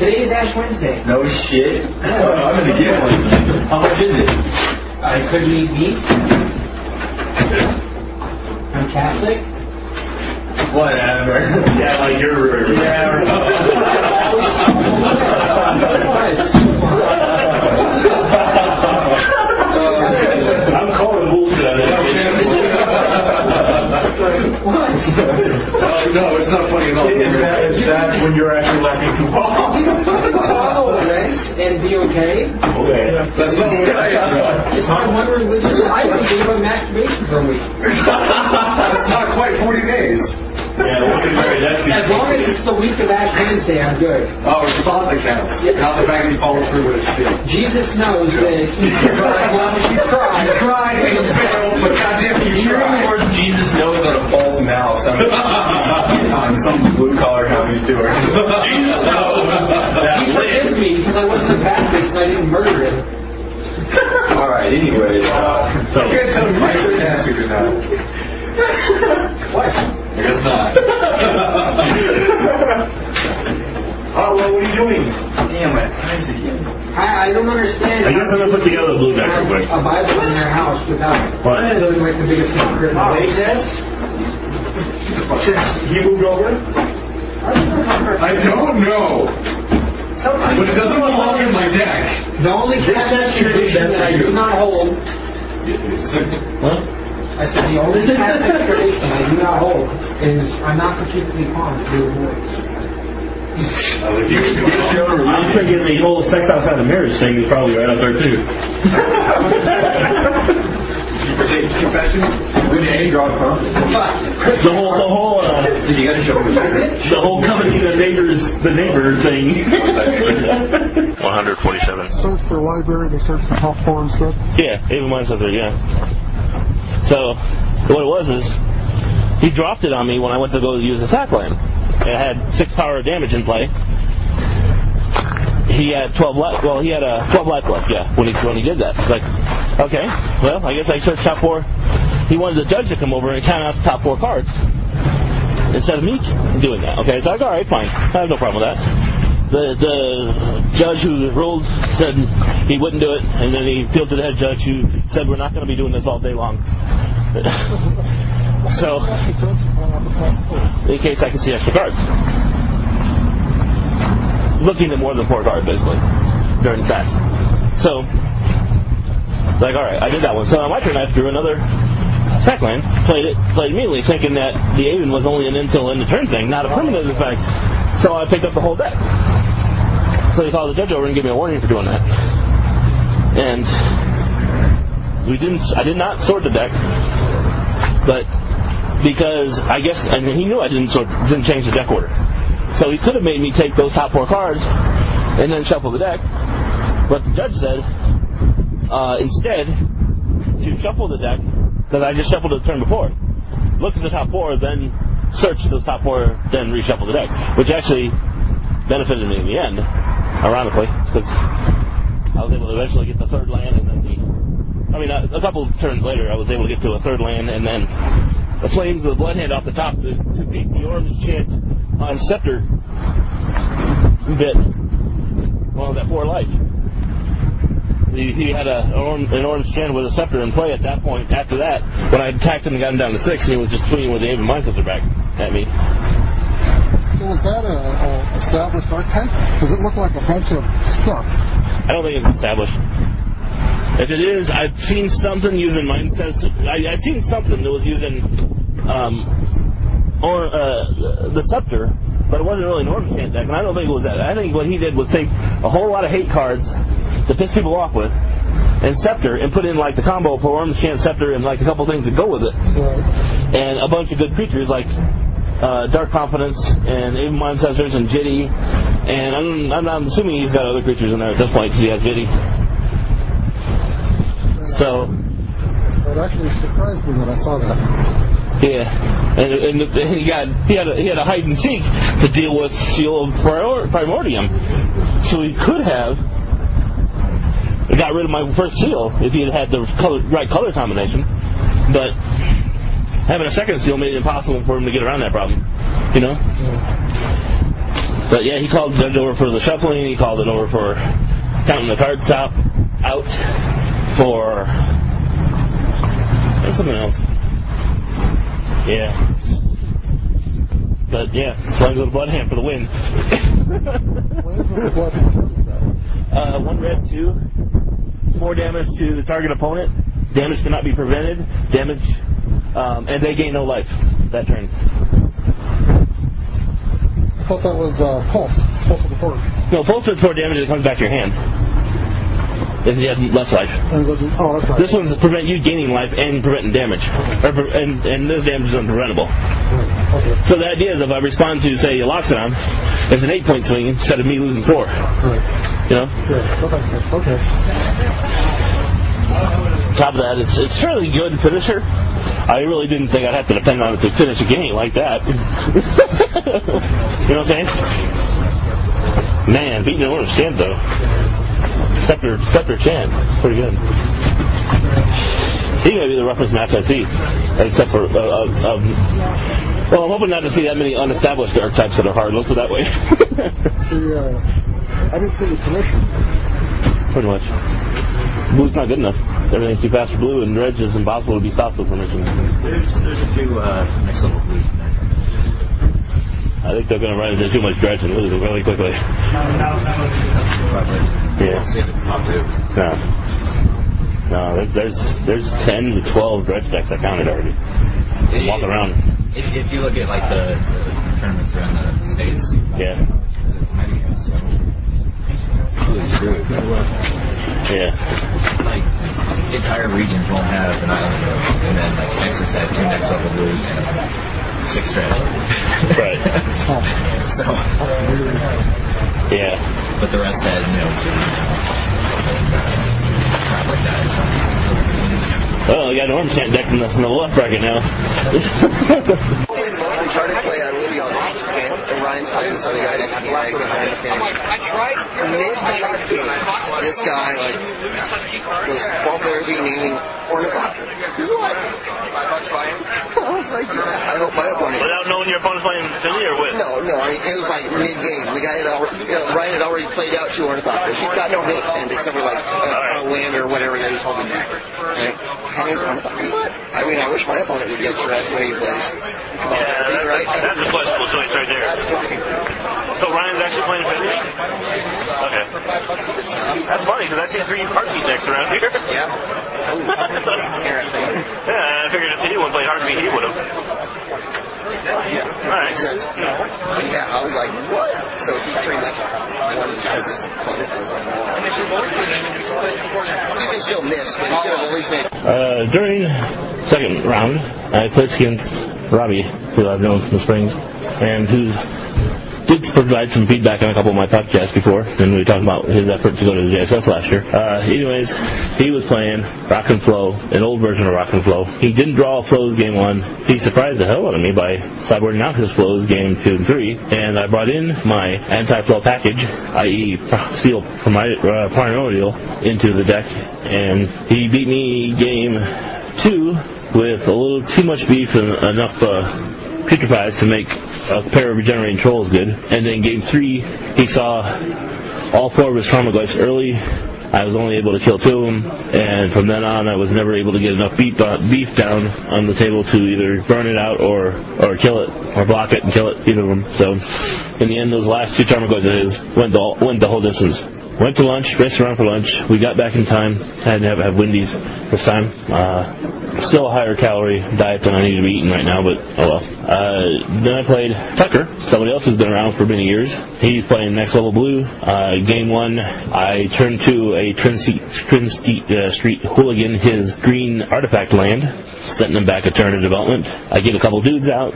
S2: Today is Ash Wednesday.
S7: No shit. Oh, I'm gonna get one. How much is it?
S2: I couldn't eat meat. I'm
S5: [laughs]
S2: Catholic.
S7: Whatever.
S4: Yeah, like
S8: [laughs]
S4: you're.
S5: Uh,
S4: I'm calling bullshit on that.
S5: oh, no, it's not funny at all.
S8: It's bad, it's bad when you're actually laughing too hard.
S2: [laughs] Follow Lent and be okay.
S4: Okay.
S5: That's not what I
S2: It's my one religious I believe on masturbation for a week.
S5: That's not quite 40 days.
S4: Yeah, well, okay, that's good.
S2: As long as it's the week of Ash Wednesday, I'm good.
S5: Oh, it's about the count. Not the fact that you follow through with it.
S2: Jesus knows that he cried while
S5: [laughs] You
S2: she cried.
S5: tried in the barrel, but goddamn, you
S7: Even the
S5: [laughs] tried.
S7: word Jesus knows on a false mouth. Some,
S4: [laughs]
S7: on some blue collar company tour. Jesus knows.
S2: He forgives me because I wasn't a Baptist and I didn't murder him.
S7: All right. Anyways, uh,
S4: So,
S5: You guys have my third answer to that. What? I guess not.
S4: Uh,
S8: Oh, well, what are you doing?
S7: damn it. What is it again?
S2: I, I don't
S4: I
S2: understand.
S4: guess I'm gonna put together the blue deck real quick.
S2: A Bible in their house without
S4: What?
S2: knowing like the biggest secret. in the
S8: Wait,
S2: world.
S8: Ness? Since he moved over?
S5: I don't know. But it doesn't belong in my deck.
S2: The only
S8: This
S2: Catholic
S8: statue is
S2: tradition
S8: bad
S2: that
S8: for
S2: I
S8: you.
S2: do not hold,
S4: Huh?
S2: I said the only Catholic tradition I do not hold is I'm not particularly fond of blue boys.
S4: I'm thinking the whole sex outside of marriage thing is probably right up there too.
S6: Confession? Win
S4: The whole, the whole, uh,
S6: You gotta show me.
S4: the whole coming to the neighbors, the neighbor thing.
S11: 147.
S5: Search for library, they search for top four and stuff.
S4: yeah, even mine's up there. Yeah. So what it was is he dropped it on me when I went to go use the sack lamp. It had six power of damage in play. He had 12 life. Well, he had uh, 12 life left. Yeah, when he when he did that, it's like, okay, well, I guess I searched top four. He wanted the judge to come over and count out the top four cards instead of me doing that. Okay, it's like, all right, fine. I have no problem with that. The the judge who ruled said he wouldn't do it, and then he appealed to the head judge who said we're not going to be doing this all day long. [laughs] so, in case I could see extra cards, looking at more than four cards basically during stats. So, like, all right, I did that one. So on my turn, I drew another sack land, played it, played immediately, thinking that the Aven was only an until end of turn thing, not a permanent effect. So I picked up the whole deck. So he called the judge over and gave me a warning for doing that. And we didn't. I did not sort the deck, but because I guess and he knew I didn't sort, didn't change the deck order. So he could have made me take those top four cards and then shuffle the deck, but the judge said uh, instead to shuffle the deck because I just shuffled it the turn before. Look at the top four, then search those top four, then reshuffle the deck, which actually benefited me in the end, ironically, because I was able to eventually get the third land and then the. I mean, a, a couple turns later, I was able to get to a third land and then the flames of the bloodhead off the top to, to beat the orange chant on scepter bit. Well, that four life. He, he had a, an orange- an orange chin with a scepter in play at that point. After that, when I attacked him and got him down to six, he was just swinging with the aim of my scepter back at me.
S5: So was that a, a established archetype? Does it look like a bunch of stuff?
S4: I don't think it's established. If it is, I've seen something using mindset. I, I've seen something that was using um, or uh, the scepter, but it wasn't really an orange chant deck, and I don't think it was that. I think what he did was take a whole lot of hate cards to piss people off with, and scepter, and put in like the combo for orange chant scepter and like a couple things to go with it, and a bunch of good creatures like uh, Dark Confidence and Even Mind Sensors and Jitty. And I'm, I'm, I'm assuming he's got other creatures in there at this point because he has Jitty. So,
S5: It actually surprised me when I saw that.
S4: yeah. And, and, and he got he had a, he had a hide and seek to deal with Seal of Prior- Primordium. So he could have got rid of my first seal if he had had the color, right color combination. But having a second seal made it impossible for him to get around that problem. You know? But yeah, he called it over for the shuffling. He called it over for counting the card top out for and something else. Yeah. But yeah, flying with the blood hand for the win. uh, one red, two, more damage to the target opponent. Damage cannot be prevented. Damage, um, and they gain no life that turn.
S5: I thought that was uh, Pulse, Pulse of the Forge.
S4: No, pulse does four damage. It comes back to your hand. If you have less life.
S5: And it wasn't, oh, that's right.
S4: This one's to prevent you gaining life and preventing damage. Or, pre- and, and this damage is unpreventable.
S5: Okay.
S4: So the idea is if I respond to, say, Eloxidon, it's an eight point swing instead of me losing four.
S5: Right.
S4: You know?
S5: Yeah, that makes sense. Okay.
S4: top of that, it's it's fairly good finisher. I really didn't think I'd have to depend on it to finish a game like that. [laughs] you know what I'm saying? Man, beating an orange stand though. Scepter Scepter Chan. It's pretty good. He may be the roughest match I see, except for uh, uh, um, well, I'm hoping not to see that many unestablished archetypes that are hard. Let's put it that way. [laughs]
S5: The, uh, I didn't see the commission.
S4: pretty much. Blue's not good enough. Everything's too fast for blue, and red's is impossible to be stopped with permission.
S6: There's, there's a few uh, next level blues in there.
S4: I think they're going to run into too much dredge and lose it really quickly.
S6: Probably.
S4: Yeah.
S6: See if it popped up.
S4: No. No, there- there's there's 10 to 12 dredge decks I counted already. Walk around.
S6: If, if you look at like the, the tournaments around the states,
S4: Yeah.
S6: the
S4: Yeah.
S3: Like entire regions won't have an island road, and then like Texas had two next level blues and six strand.
S4: Right.
S3: so.
S4: Yeah.
S3: But the rest had you know. cities. Like that.
S4: Oh, we got Norm sitting decked in the, in the left bracket now. [laughs]
S5: I'm trying to play on Lucy on and Orion's playing this other guy next to me. I can understand. Mid game, this guy like was twelve thirty naming Ornithop. What? [laughs] I was like, I hope my opponent.
S12: Without knowing your opponent's playing Philly or with?
S5: No, no, I mean, it was like mid game. The guy had already, you know, Ryan had already played out two Ornithopters. He's got no hit, and except for like a, a land or whatever that he's holding back. Right? And it's Ornithopter. What? I mean, I wish my opponent would get stressed when he plays.
S12: Yeah, that's, that's a questionable choice right there. So Ryan's actually playing Philly? Okay. That's funny because I see three heartbeat decks around here. [laughs] Yeah. Interesting. Yeah, I figured if he would play heartbeat, he would have.
S5: Yeah. Right. Yeah, I was like, what? So he pretty much won as his opponent was on the wall. He can still miss, but he could have at least made
S4: Uh, during second round, I played against Robbie, who I've known from the Springs, and who did provide some feedback on a couple of my podcasts before, and we talked about his effort to go to the JSS last year. Uh, anyways, he was playing Rock and Flow, an old version of Rock and Flow. He didn't draw Flow's game one. He surprised the hell out of me by sideboarding out his Flow's game two and three, and I brought in my anti-Flow package, i.e. Seal Primordial, uh, Primordial, into the deck, and he beat me game two with a little too much beef and enough uh, putrefies to make a pair of regenerating trolls good. And then game three, he saw all four of his traumagoyfs early. I was only able to kill two of them, and from then on, I was never able to get enough beef, uh, beef down on the table to either burn it out or or kill it or block it and kill it. Either of them. So, in the end, those last two traumagoyfs of his went the went the whole distance. Went to lunch, raced around for lunch. We got back in time. Had to have, have Wendy's this time. Uh, still a higher calorie diet than I need to be eating right now, but oh well. Uh, then I played Tucker, somebody else who's been around for many years. He's playing Next Level Blue. Uh, game one, I turned to a Trin Street, Trin Street, uh, Street hooligan his green artifact land, setting him back a turn of development. I get a couple dudes out.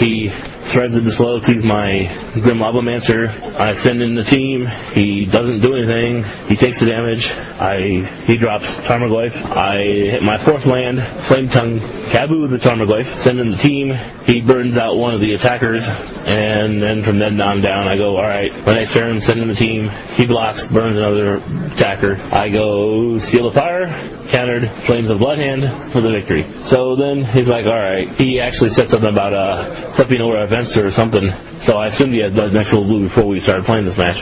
S4: He threads at the disloyalties my Grim Abomancer. I send in the team. He doesn't do anything. He takes the damage. I he drops Tarmogoyf. I hit my fourth land, Flame Tongue, Kaboo the Tarmogoyf. Send in the team. He burns out one of the attackers, and then from then on down, I go all right. My next turn, send in the team. He blocks, burns another attacker. I go Seal of Fire, countered Flames of Bloodhand for the victory. So then he's like, all right. He actually said something about uh, flipping over a fencer or something. So I assumed he had the next little blue before we started playing this match.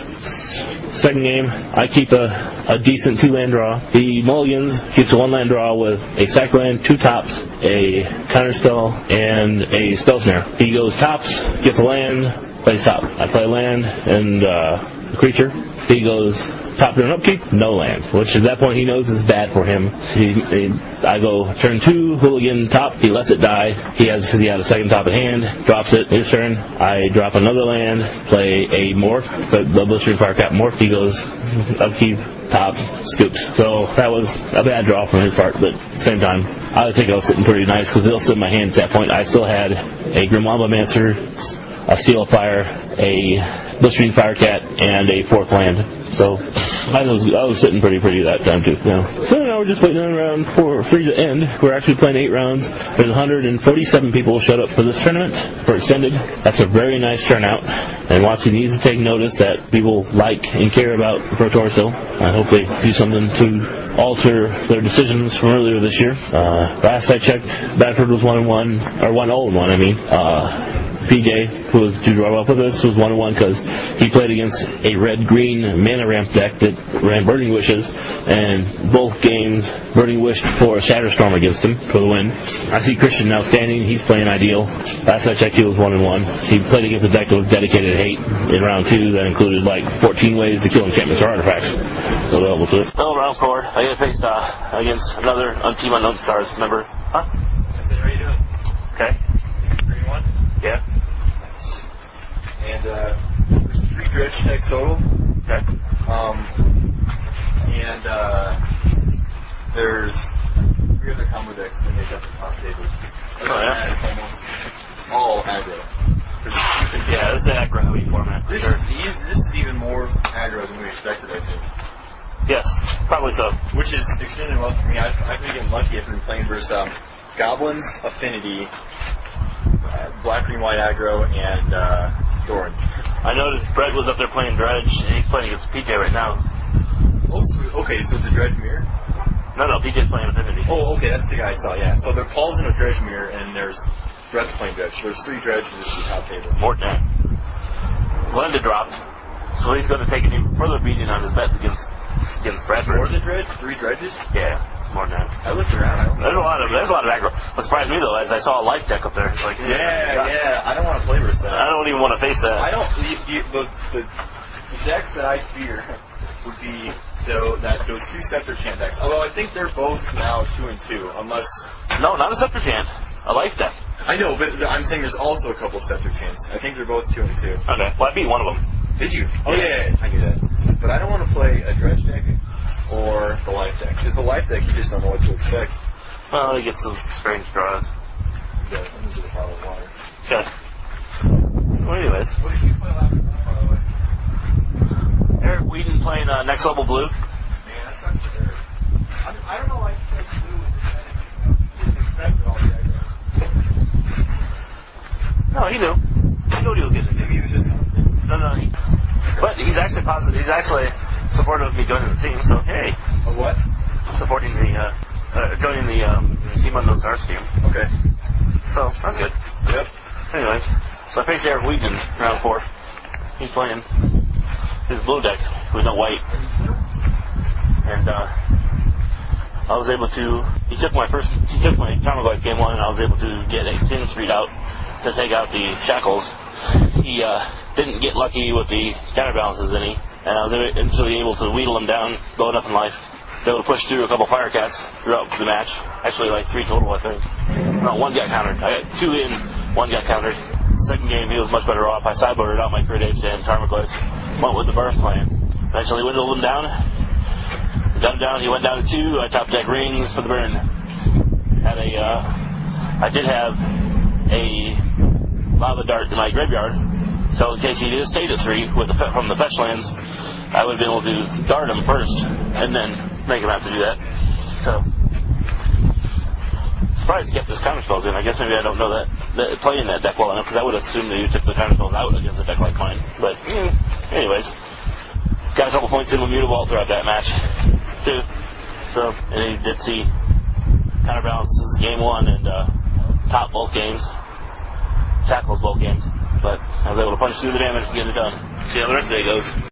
S4: Second game, I keep a, a decent two land draw. He mulligans, keeps a one land draw with a sack land, two tops, a counter spell, and a spell snare. He goes tops, gets a land, plays top. I play land and uh, a creature. He goes top turn upkeep, no land, which at that point he knows is bad for him. He, he, I go turn two, hooligan top, he lets it die. He has he had a second top at hand, drops it, his turn. I drop another land, play a morph, but the blistering fire cap morph, he goes upkeep, top, scoops. So that was a bad draw from his part, but at the same time, I think I was sitting pretty nice because it'll sit in my hand at that point. I still had a Grim Mancer, a Seal of Fire, a Blistering Fire Cat, and a fourth land. So I was I was sitting pretty pretty that time too. You know. So now we're just waiting on round four three to end. We're actually playing eight rounds. There's 147 people showed up for this tournament for extended. That's a very nice turnout. And Watson needs to take notice that people like and care about Pro Tour still. I hope they do something to alter their decisions from earlier this year. Uh, last I checked, Bedford was one and one or one old one. I mean. Uh, PJ, who was due to up with us, was one one because he played against a red green mana ramp deck that ran Burning Wishes, and both games Burning Wish for a Shatterstorm against him for the win. I see Christian now standing; he's playing ideal. Last I checked, he was one and one. He played against a deck that was dedicated to hate in round two that included like 14 ways to kill enchantments or artifacts. So that was it.
S12: Oh, round four. I got faced uh, against another on Team Unknown Stars member. Huh? How you doing? Okay. Three one. Yeah.
S6: And uh, there's three dredge decks total.
S12: Okay.
S6: Um, and uh, there's three other combo decks that make up the top table.
S4: Oh, yeah.
S6: It's almost all aggro. 'Cause you can see-
S4: Yeah, this is an aggro heavy format.
S6: This,
S4: Sure.
S6: is, these, this is even more aggro than we expected, I think.
S4: Yes, probably so.
S6: Which is extremely well for me. I've, I've been getting lucky. I've been playing versus um, Goblins, Affinity, uh, Black Green White Aggro, and uh, Doran.
S4: I noticed Brett was up there playing Dredge, and he's playing against PJ right now.
S6: Oh, so- okay, so it's a Dredge Mirror?
S4: No, no, PJ's playing with Infinity.
S6: Oh, okay, that's the guy I saw, yeah. So there Paul's in a Dredge Mirror, and there's Brett's playing Dredge. There's three Dredges at the top table.
S4: Mortnet. Glenda dropped, so he's going to take an even further beating on his bet against against Bradford.
S6: More than Dredge? Three Dredges?
S4: Yeah, it's more than
S6: I
S4: that.
S6: looked around. I don't
S4: There's a lot of there's a lot of aggro. What surprised me though is I saw a life deck up there. It's like
S6: Yeah, yeah. I don't want to play versus that.
S4: I don't even want to face that.
S6: I don't. The, the, the, the, the deck that I fear would be though that those two Scepter Chant decks. Although I think they're both now two and two, unless.
S4: No, not a Scepter Chant. A life deck.
S6: I know, but th- I'm saying there's also a couple Scepter Chants. I think they're both two and two.
S4: Okay. Well, I beat one of them.
S6: Did you? Oh yeah, yeah, yeah. I knew that. But I don't want to play a Dredge deck or the Life deck because the Life deck you just don't know what to expect.
S4: Well, he gets those strange draws.
S6: Yeah, something to the problem water.
S4: Okay. Well, anyways. Eric Whedon playing uh, Next Level Blue.
S6: Man, that sucks for Eric. I, I don't know why he plays blue with this guy. He didn't expect all the aggro.
S4: No, he knew. He knew what he was getting into. He was just no, no. He, but he's actually positive. He's actually supportive of me joining the team. So hey.
S6: A what?
S4: Supporting the uh, uh joining the um, team on those stars team.
S6: Okay.
S4: So that's good.
S6: Yep.
S4: Anyways, so I faced Eric Whedon round four. He's playing his blue deck with no white, and uh, I was able to. He took my first. He took my Tarmogoyf game one, and I was able to get a ten street out to take out the shackles. He uh, didn't get lucky with the counterbalances any, and I was eventually able to wheedle him down low enough in life. So able to push through a couple fire cats throughout the match. Actually, like three total, I think. No, one got countered. I got two in, one got countered. Second game, he was much better off. I sideboarded out my crit apes and Tarmogoyfs. Went with the burn plan. Eventually whittled him down. Got him down. He went down to two. I top deck rings for the burn. Had a, uh, I did have a lava dart in my graveyard. So in case he did stay to three with the, fe- from the fetch lands, I would have been able to dart him first and then make him have to do that. So surprised he kept his counter spells in. I guess maybe I don't know that, that playing that deck well enough because I would assume that you took the counter spells out against a deck like mine. But mm, anyways, got a couple points in with Mutavault throughout that match too. So and he did see counterbalances game one and uh, top both games, tackles both games. But I was able to punch through the damage and get it done. See how the rest of the day goes.